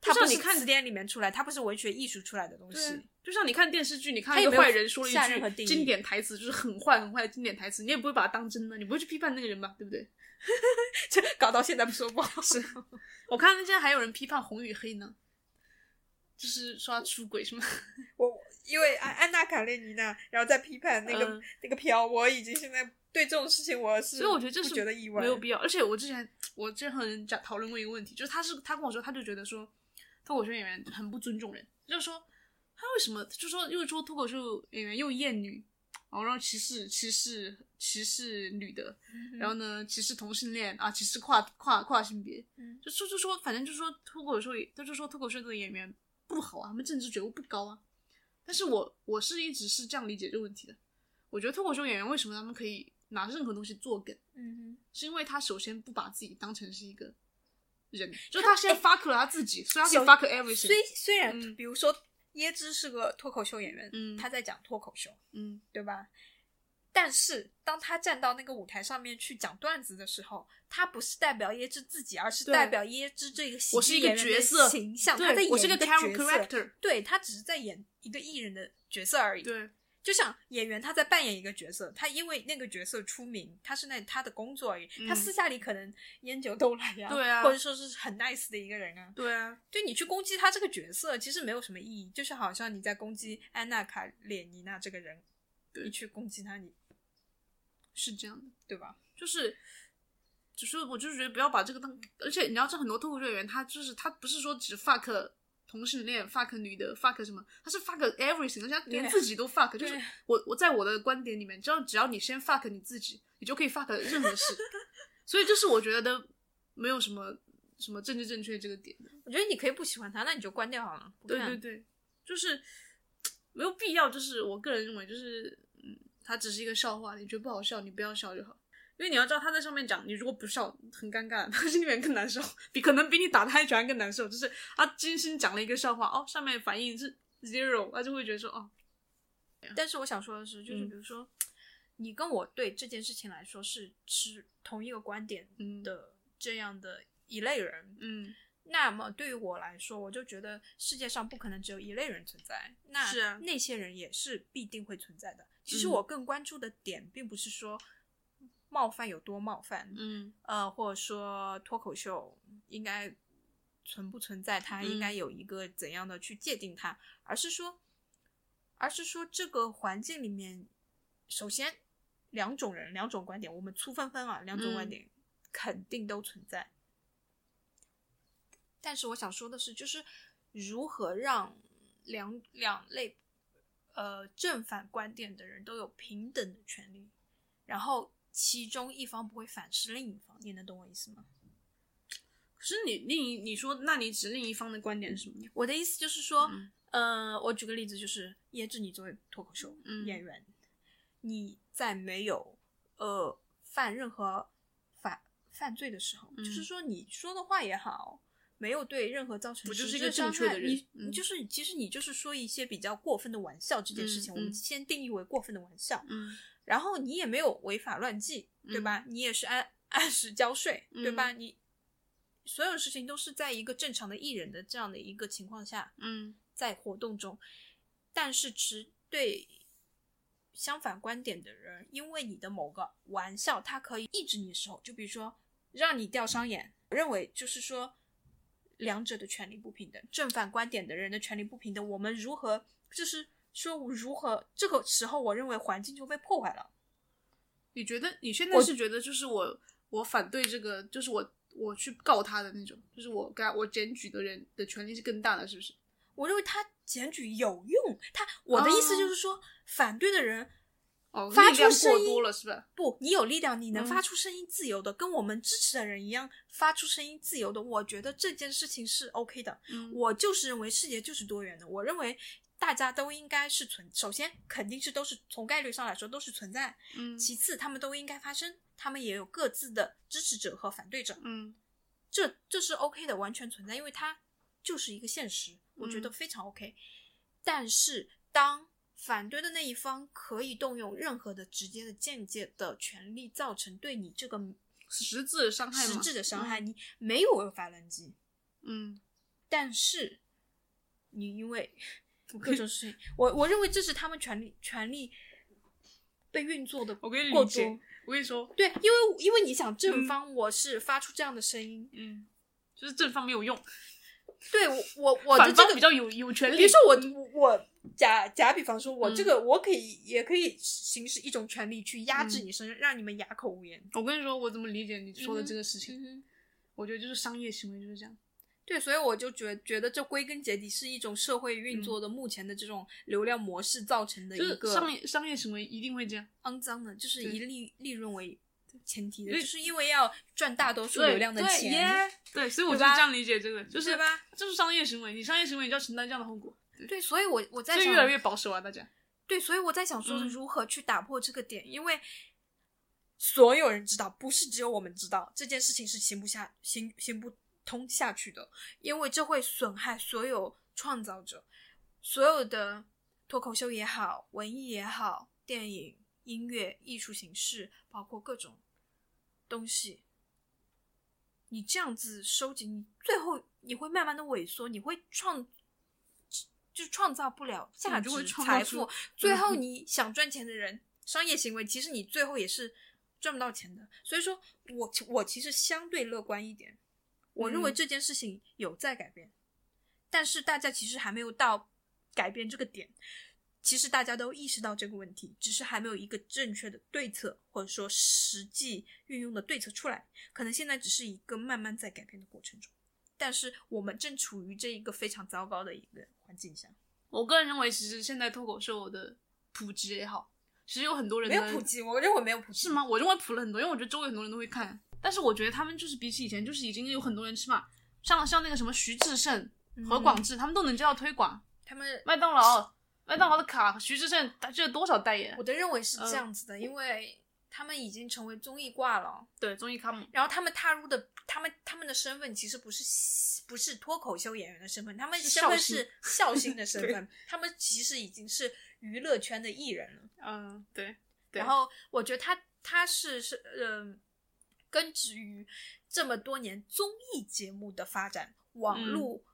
B: 它
A: 就
B: 不
A: 像
B: 是
A: 你看
B: 词典里面出来，它不是文学艺术出来的东
A: 对啊
B: 西。，
A: 就像你看电视剧，你看
B: 他
A: 一
B: 有
A: 个
B: 没有
A: 坏人说了
B: 下任何
A: 一
B: 定
A: 句
B: 义
A: 经典台词，就是很坏很坏的经典台词，你也不会把它当真的，你不会去批判那个人吧，对不对？
B: 这搞到现在不说不好，
A: 是，我看现在还有人批判红与黑呢，就是说他出轨什么，
B: 我因为安安娜卡列尼娜，然后再批判
A: 嗯
B: 那个飘，我已经现在对这种事情我是
A: 所以我觉得这
B: 不
A: 是
B: 意
A: 没有必要。而且我之前我之前和人讲讨论过一个问题，就是他是他跟我说，他就觉得说脱口秀演员很不尊重人，就是说他为什么就说又说脱口秀演员又厌女，然后然后歧视歧视歧视女的，
B: 嗯
A: 然后呢歧视同性恋啊，歧视跨跨跨性别，
B: 嗯
A: 就说就说反正就说脱口秀，他就说脱口秀的演员不好啊，他们政治觉悟不高啊。但是我我是一直是这样理解这个问题的，我觉得脱口秀演员为什么他们可以拿任何东西做梗？
B: 嗯
A: 是因为他首先不把自己当成是一个人，就是他先 fuck 了他自己，所以他可以
B: 哎首
A: fuck
B: 哼，
A: everything。
B: 虽虽然、
A: 嗯
B: 比如说椰汁是个脱口秀演员，
A: 嗯
B: 他在讲脱口秀，
A: 嗯，
B: 对吧？但是当他站到那个舞台上面去讲段子的时候，他不是代表椰汁自己，而是
A: 对
B: 代表椰汁这个喜
A: 我是
B: 剧
A: 一个
B: 演员
A: 角
B: 的
A: 色
B: 形象，他在
A: 对，
B: 演
A: 我是
B: 一
A: 个
B: 个
A: char-
B: 角色，
A: character，
B: 对他只是在演一个艺人的角色而已。
A: 对，
B: 就像演员他在扮演一个角色，他因为那个角色出名，他是那他的工作而已，
A: 嗯
B: 他私下里可能烟酒都来呀、
A: 对啊
B: 或者说是很 nice 的一个人啊。
A: 对啊，
B: 对你去攻击他这个角色，其实没有什么意义，就是好像你在攻击安娜卡列尼娜这个人，
A: 对
B: 你去攻击他，你
A: 是这样的，
B: 对吧？
A: 就是。只是我就是觉得不要把这个当，而且你要知道很多脱口秀演员，他就是他不是说只 fuck 同性恋、fuck 女的、fuck 什么，他是 fuck everything，而且他连
B: 对啊
A: 自己 都 fuck，、就
B: 对
A: 是我我在我的观点里面，只要只要你先 fuck 你自己，你就可以 fuck 任 何事。所以就是我觉得没有什么什么政治正确这个点。
B: 我觉得你可以不喜欢他，那你就关掉好了，不
A: 对
B: 看
A: 对对，就是没有必要。就是我个人认为，就是嗯，它只是一个笑话，你觉得不好笑，你不要笑就好。因为你要知道，他在上面讲，你如果不笑，很尴尬， 他心里面更难受，比可能比你打他一拳还更难受。就是他精心讲了一个笑话，哦，上面反应是 zero，他就会觉得说，哦，
B: 但是我想说的是，就是
A: 嗯
B: 比如说，你跟我对这件事情来说是持同一个观点
A: 嗯
B: 的这样的一类人，
A: 嗯，
B: 那么对于我来说，我就觉得世界上不可能只有一类人存在，那
A: 是啊
B: 那些人也是必定会存在的。其实
A: 嗯
B: 我更关注的点，并不是说冒犯有多冒犯，
A: 嗯
B: 呃，或者说脱口秀应该存不存在它，应
A: 嗯
B: 该有一个怎样的去界定它，而是说，而是说这个环境里面，首先两种人、两种观点，我们粗分分啊，两种观
A: 嗯
B: 点肯定都存在。但是我想说的是，就是如何让两两类呃正反观点的人都有平等的权利，然后其中一方不会反噬另一方，你能懂我意思吗？
A: 可是你另一你说，那你指另一方的观点是什么呢？
B: 我的意思就是说，
A: 嗯
B: 呃，我举个例子，就是椰汁，你作为脱口秀
A: 嗯
B: 演员，你在没有呃犯任何犯犯罪的时候，
A: 嗯
B: 就是说你说的话也好。没有对任何造成
A: 我就是
B: 实
A: 一个
B: 质伤
A: 正确的
B: 害
A: 人
B: 你
A: 嗯
B: 你就是其实你就是说一些比较过分的玩笑这件事情，
A: 嗯
B: 我们
A: 嗯
B: 先定义为过分的玩笑。
A: 嗯
B: 然后你也没有违法乱纪，对吧？ 你也是按按时交税，对吧？你所有事情都是在一个正常的艺人的这样的一个情况下，
A: 嗯
B: 在活动中，但是持对相反观点的人，因为你的某个玩笑，他可以抑制你的时候，就比如说让你掉伤眼，我认为就是说两者的权利不平等，正反观点的人的权利不平等，我们如何就是说如何这个时候，我认为环境就被破坏了。
A: 你觉得你现在
B: 我
A: 是觉得就是我我反对这个，就是我我去告他的那种，就是我跟他我检举的人的权利是更大的，是不是？
B: 我认为他检举有用，他我的意思就是说，反对的人
A: 哦，
B: 发
A: 力
B: 出
A: 量
B: 声
A: 过
B: 音
A: 多了是吧？
B: 不，你有力量，你能
A: 嗯
B: 发出声音自由的，跟我们支持的人一样发出声音自由的，我觉得这件事情是 OK 的。
A: 嗯
B: 我就是认为世界就是多元的，我认为大家都应该是存，首先肯定是都是从概率上来说都是存在，
A: 嗯
B: 其次他们都应该发生，他们也有各自的支持者和反对者，
A: 嗯
B: 这这是 OK 的，完全存在，因为它就是一个现实，我觉得
A: 嗯
B: 非常 OK。但是当反对的那一方可以动用任何的直接的、间接的权利，造成对你这个
A: 实质的伤害嗯
B: 实
A: 嘛，
B: 质的伤害，你没有违法乱纪，
A: 嗯
B: 但是你 因为各种事情，我我认为这是他们权利权利被运作的
A: 我可以
B: 过
A: 理解
B: 多。
A: 我跟你说，
B: 对，因为因为你想正
A: 嗯
B: 方，我是发出这样的声音，
A: 嗯，就是正方没有用，
B: 对我我我的
A: 反
B: 这
A: 方
B: 个
A: 比较有有权利。
B: 比如说我我假假比方说，我这
A: 嗯
B: 个我可以也可以行使一种权利去压制
A: 嗯
B: 你身上，让你们哑口无言。
A: 我跟你说，我怎么理解你说的
B: 嗯哼
A: 这个事情？我觉得就是商业行为就是这样。
B: 对，所以我就觉觉得这归根结底是一种社会运作的目前的这种流量模式造成的
A: 就
B: 一
A: 是
B: 个
A: 商业商业行为一定会这样，
B: 肮脏的，就是
A: 对
B: 以利利润为前提的，
A: 因
B: 就
A: 为
B: 是因为要赚大多数流量的
A: 对
B: 钱，
A: 对，所以我
B: 对
A: 就
B: 吧
A: 这样理解这个，就是
B: 对吧？
A: 就是商业行为，你商业行为你就要承担这样的后果，对
B: 对，所以我我在
A: 所以
B: 想
A: 越来越保守啊，大家。
B: 对，所以我在想说
A: 嗯
B: 如何去打破这个点，因为所有人知道，不是只有我们知道这件事情是行不下行行不通下去的，因为这会损害所有创造者，所有的脱口秀也好，文艺也好，电影音乐、艺术形式，包括各种东西。你这样子收集，你最后你会慢慢的萎缩，你会创就创造不了价
A: 你
B: 值
A: 就会、创造
B: 财
A: 出
B: 富。最
A: 嗯
B: 后你想赚钱的人，商业行为，其实你最后也是赚不到钱的。所以说我我其实相对乐观一点，我认为
A: 嗯
B: 这件事情有在改变，但是大家其实还没有到改变这个点。其实大家都意识到这个问题，只是还没有一个正确的对策，或者说实际运用的对策出来。可能现在只是一个慢慢在改变的过程中，但是我们正处于这一个非常糟糕的一个环境下，
A: 我个人认为，其实现在脱口秀的普及也好，其实有很多人
B: 没有
A: 的
B: 普及，我认为没有普及，
A: 是？吗？我认为普了很多，因为我觉得周围很多人都会看，但是我觉得他们就是比起以前，就是已经有很多人起码像像那个什么徐志胜、
B: 嗯
A: 何广智，他们都能接到推广。
B: 他们
A: 麦当劳，麦当劳的卡，徐志胜他这多少代言
B: 我？的认为是
A: 嗯
B: 这样子的，因为他们已经成为综艺挂了，
A: 对，综艺咖嘛，
B: 然后他们踏入的他们他们的身份其实不是不是脱口秀演员的身份，他们
A: 是
B: 身
A: 绍
B: 份
A: 兴
B: 是 笑星的身份，他们其实已经是娱乐圈的艺人了。
A: 嗯，对，对
B: 然后我觉得他他是是嗯、根植于这么多年综艺节目的发展，网
A: 嗯
B: 络、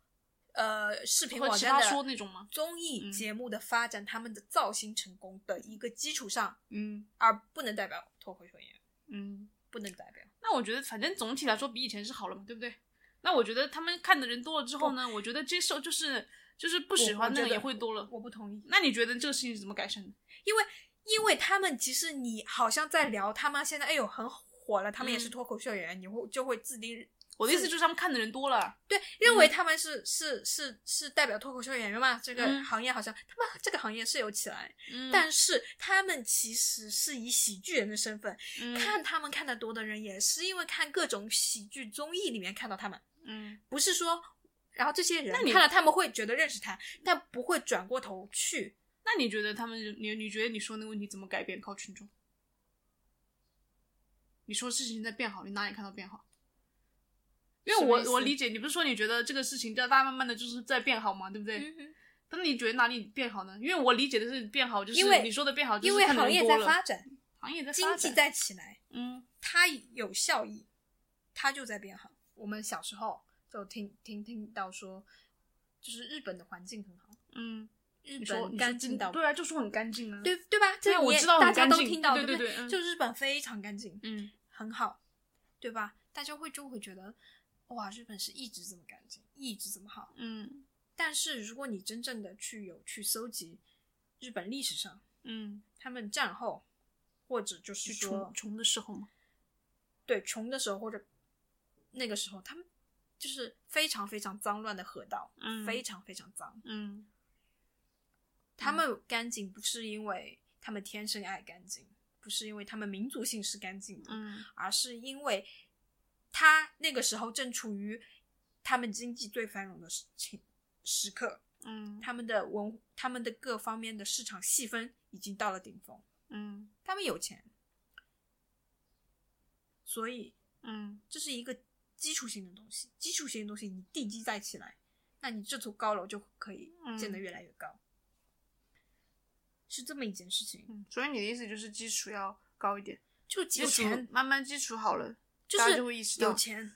B: 呃视频
A: 或者
B: 网
A: 奇
B: 站
A: 葩
B: 的
A: 说那种吗
B: 综艺
A: 嗯
B: 节目的发展，他们的造星成功的一个基础上，
A: 嗯
B: 而不能代表脱口秀演员，
A: 嗯。
B: 不能代表。
A: 那我觉得，反正总体来说比以前是好了嘛，对不对？那我觉得他们看的人多了之后呢，我觉得接受就是就是不喜欢的
B: 我
A: 人
B: 觉得
A: 也会多了。
B: 我不同意，
A: 那你觉得这个事情是怎么改善的？
B: 因为因为他们其实你好像在聊他们现在哎呦很火了，他们也
A: 嗯
B: 是脱口秀演员，你会就会自定
A: 我的意思就是他们看的人多了，
B: 对，认
A: 嗯
B: 为他们是、是是是代表脱口秀演员嘛，这个
A: 嗯
B: 行业好像、他们这个行业是有起来，
A: 嗯
B: 但是他们其实是以喜剧人的身份、
A: 嗯
B: 看他们看的多的人，也是因为看各种喜剧综艺里面看到他们，
A: 嗯
B: 不是说。然后这些人
A: 那你
B: 看了他们会觉得认识他，但不会转过头去。
A: 那你觉得他们人，你你觉得你说那个问题怎么改变？靠群众？你说事情在变好，你哪里看到变好？因为
B: 什么意思
A: 我我理解，你不是说你觉得这个事情叫大家慢慢的就是在变好嘛，对不
B: 嗯
A: 对？但是你觉得哪里变好呢？因为我理解的是变好，就是
B: 因为
A: 你说的变好，就
B: 因
A: 是
B: 为
A: 看的
B: 行
A: 人
B: 业
A: 多
B: 在
A: 了
B: 发展，
A: 行业在发
B: 经
A: 展
B: 济在起来，
A: 嗯
B: 它有效益，它就在变好。我们小时候就听听听到说，就是日本的环境很好，
A: 嗯，
B: 日
A: 你说
B: 本
A: 你
B: 干净到
A: 到对啊，就说很干净啊，
B: 对对吧？这
A: 对啊
B: 你
A: 我
B: 也
A: 知道很
B: 大家
A: 干
B: 都
A: 净
B: 听到，
A: 对
B: 对
A: 对
B: 不
A: 对嗯
B: 就日本非常干净，
A: 嗯
B: 很好，对吧？大家会就会觉得，哇，日本是一直这么干净，一直这么好。
A: 嗯
B: 但是如果你真正的去有去搜集日本历史上
A: 嗯，
B: 他们战后，或者就是
A: 去
B: 说
A: 穷穷的时候嘛，
B: 对穷的时候或者那个时候，他们就是非常非常脏乱的河道，
A: 嗯
B: 非常非常脏。
A: 嗯
B: 他们干净不是因为他们天生爱干净，不是因为他们民族性是干净的，
A: 嗯
B: 而是因为他那个时候正处于他们经济最繁荣的时情时刻，
A: 嗯
B: 他们的文他们的各方面的市场细分已经到了顶峰，
A: 嗯
B: 他们有钱，所以
A: 嗯
B: 这是一个基础性的东西，基础性的东西你地基再起来，那你这座高楼就可以建得
A: 嗯
B: 越来越高，是这么一件事情。
A: 嗯，所以你的意思就是基础要高一点，
B: 就
A: 基
B: 有
A: 础
B: 钱，
A: 慢慢基础好了，
B: 就
A: 大家
B: 是
A: 就会意识到
B: 有钱，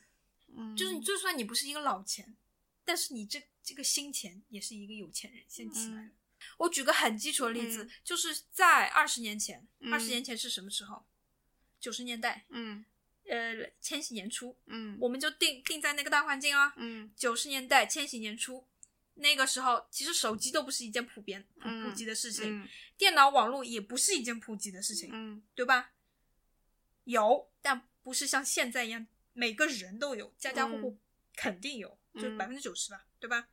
A: 嗯，
B: 就是你就算你不是一个老钱，但是你这这个新钱也是一个有钱人先起来了。我举个很基础的例子，
A: 嗯
B: 就是在二十年前，二
A: 嗯
B: 十、年前是什么时候？九十年代，
A: 嗯
B: 呃，千禧年初，
A: 嗯
B: 我们就定定在那个大环境啊。
A: 嗯
B: 九十年代、千禧年初，那个时候其实手机都不是一件普遍、普
A: 嗯
B: 普及的事情，
A: 嗯
B: 电脑网络也不是一件普及的事情，
A: 嗯
B: 对吧？有，但不是像现在一样每个人都有，家家户户肯定有，就
A: 嗯
B: 百分之九十吧，对吧？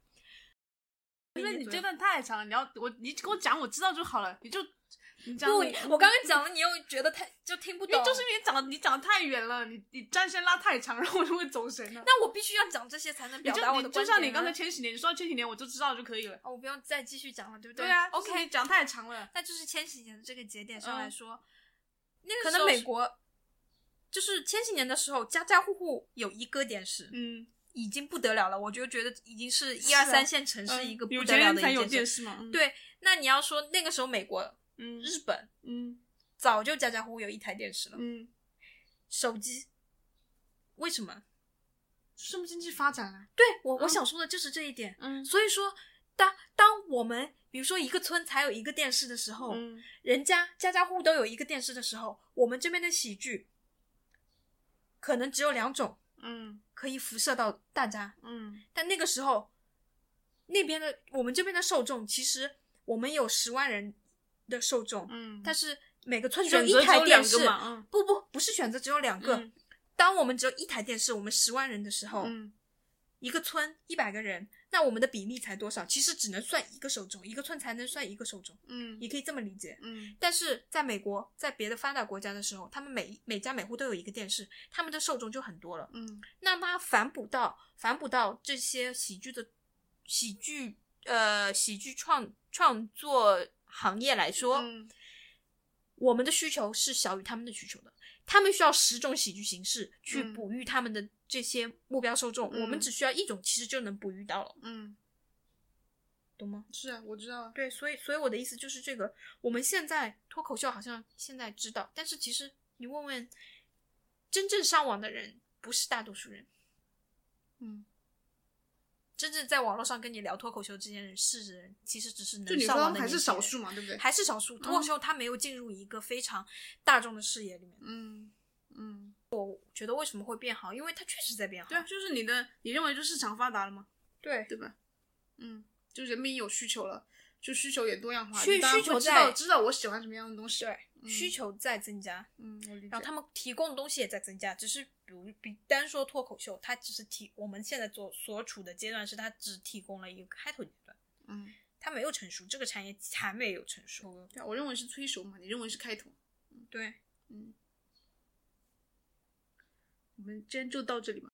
A: 因为你这段太长了，你要我你跟我讲，我知道就好了，你就你讲
B: 不，
A: 你
B: 你我刚刚讲了，你又觉得太就听不
A: 因
B: 懂，
A: 为就是因为你讲的你讲的太远了，你你战线拉太长，然 后我就会走神了。
B: 那我必须要讲这些才能
A: 你
B: 表
A: 就
B: 达我
A: 你
B: 的
A: 就
B: 观点啊、
A: 像你刚才前几年，你说到前几年我就知道就可以了。
B: 哦，我不用再继续讲了，对不
A: 对
B: 对
A: 啊
B: ，OK，
A: 就是你讲太长了。
B: 那就是千禧年的这个节点上来
A: 嗯
B: 说，那个
A: 可
B: 时
A: 能
B: 候
A: 美
B: 是国就是千禧年的时候，家家户户有一个电视，
A: 嗯，
B: 已经不得了了。我就觉得已经是一
A: 啊嗯
B: 二三线城市一个不
A: 有
B: 得
A: 钱
B: 了
A: 人
B: 的
A: 才
B: 一
A: 有
B: 件
A: 电
B: 事。
A: 视嘛。嗯，
B: 对，那你要说那个时候美国、
A: 嗯
B: 日本
A: 嗯
B: 早就家家户户有一台电视了。
A: 嗯，
B: 手机为什么？
A: 生物经济发展啊，
B: 对我我
A: 嗯
B: 想说的就是这一点。
A: 嗯
B: 所以说，当当我们比如说一个村才有一个电视的时候，
A: 嗯
B: 人家家家户户都有一个电视的时候，我们这边的喜剧可能只有两种
A: 嗯
B: 可以辐射到大家，
A: 嗯
B: 但那个时候那边的我们这边的受众，其实我们有十万人的受众，
A: 嗯，
B: 但
A: 是
B: 是每个村只
A: 选
B: 一
A: 择只
B: 台
A: 有
B: 电
A: 两
B: 视
A: 个，嘛，嗯
B: 不不不是选择只有两个。
A: 嗯
B: 当我们只有一台电视，我们十万人的时候，
A: 嗯
B: 一个村一百个人，那我们的比例才多少？其实只能算一个手冢，一个村才能算一个手冢，
A: 嗯
B: 也可以这么理解。
A: 嗯
B: 但是在美国，在别的发达国家的时候，他们每每家每户都有一个电视，他们的受众就很多了。
A: 嗯
B: 那么它反哺到反哺到这些喜剧的喜剧呃喜剧创创作行业来说，
A: 嗯
B: 我们的需求是小于他们的需求的。他们需要十种喜剧形式去
A: 嗯
B: 哺育他们的这些目标受众，我
A: 嗯
B: 们只需要一种，其实就能哺育到了，
A: 嗯，
B: 懂吗？
A: 是啊，我知道啊，
B: 对，所以所以我的意思就是这个，我们现在脱口秀好像现在知道，但是其实你问问真正上网的人，不是大多数人，
A: 嗯，
B: 真正在网络上跟你聊脱口秀这件人事的人，其实只是
A: 就
B: 能
A: 你
B: 上
A: 说
B: 网的
A: 还是
B: 年轻
A: 少
B: 人
A: 数嘛，对不对？
B: 还是少数。脱口
A: 嗯
B: 秀它没有进入一个非常大众的视野里面，
A: 嗯嗯，
B: 觉得为什么会变好？因为它确实在变好。
A: 对啊，就是你的，你认为就市场发达了嘛，
B: 对，
A: 对吧？嗯，就人民有需求了，就需求也多样化，
B: 需
A: 大家
B: 需求
A: 会知
B: 在
A: 道知道我喜欢什么样的东西，
B: 对，
A: 嗯
B: 需求在增加，
A: 嗯，我理解
B: 然后，他们提供的东西也在增加，只是比如比单说脱口秀，它只是提我们现在所所处的阶段是它只提供了一个开头阶段，
A: 嗯，
B: 它没有成熟，这个产业还没有成熟。
A: 对啊，我认为是催熟嘛，你认为是开头，
B: 对，
A: 嗯，我们今天就到这里吧。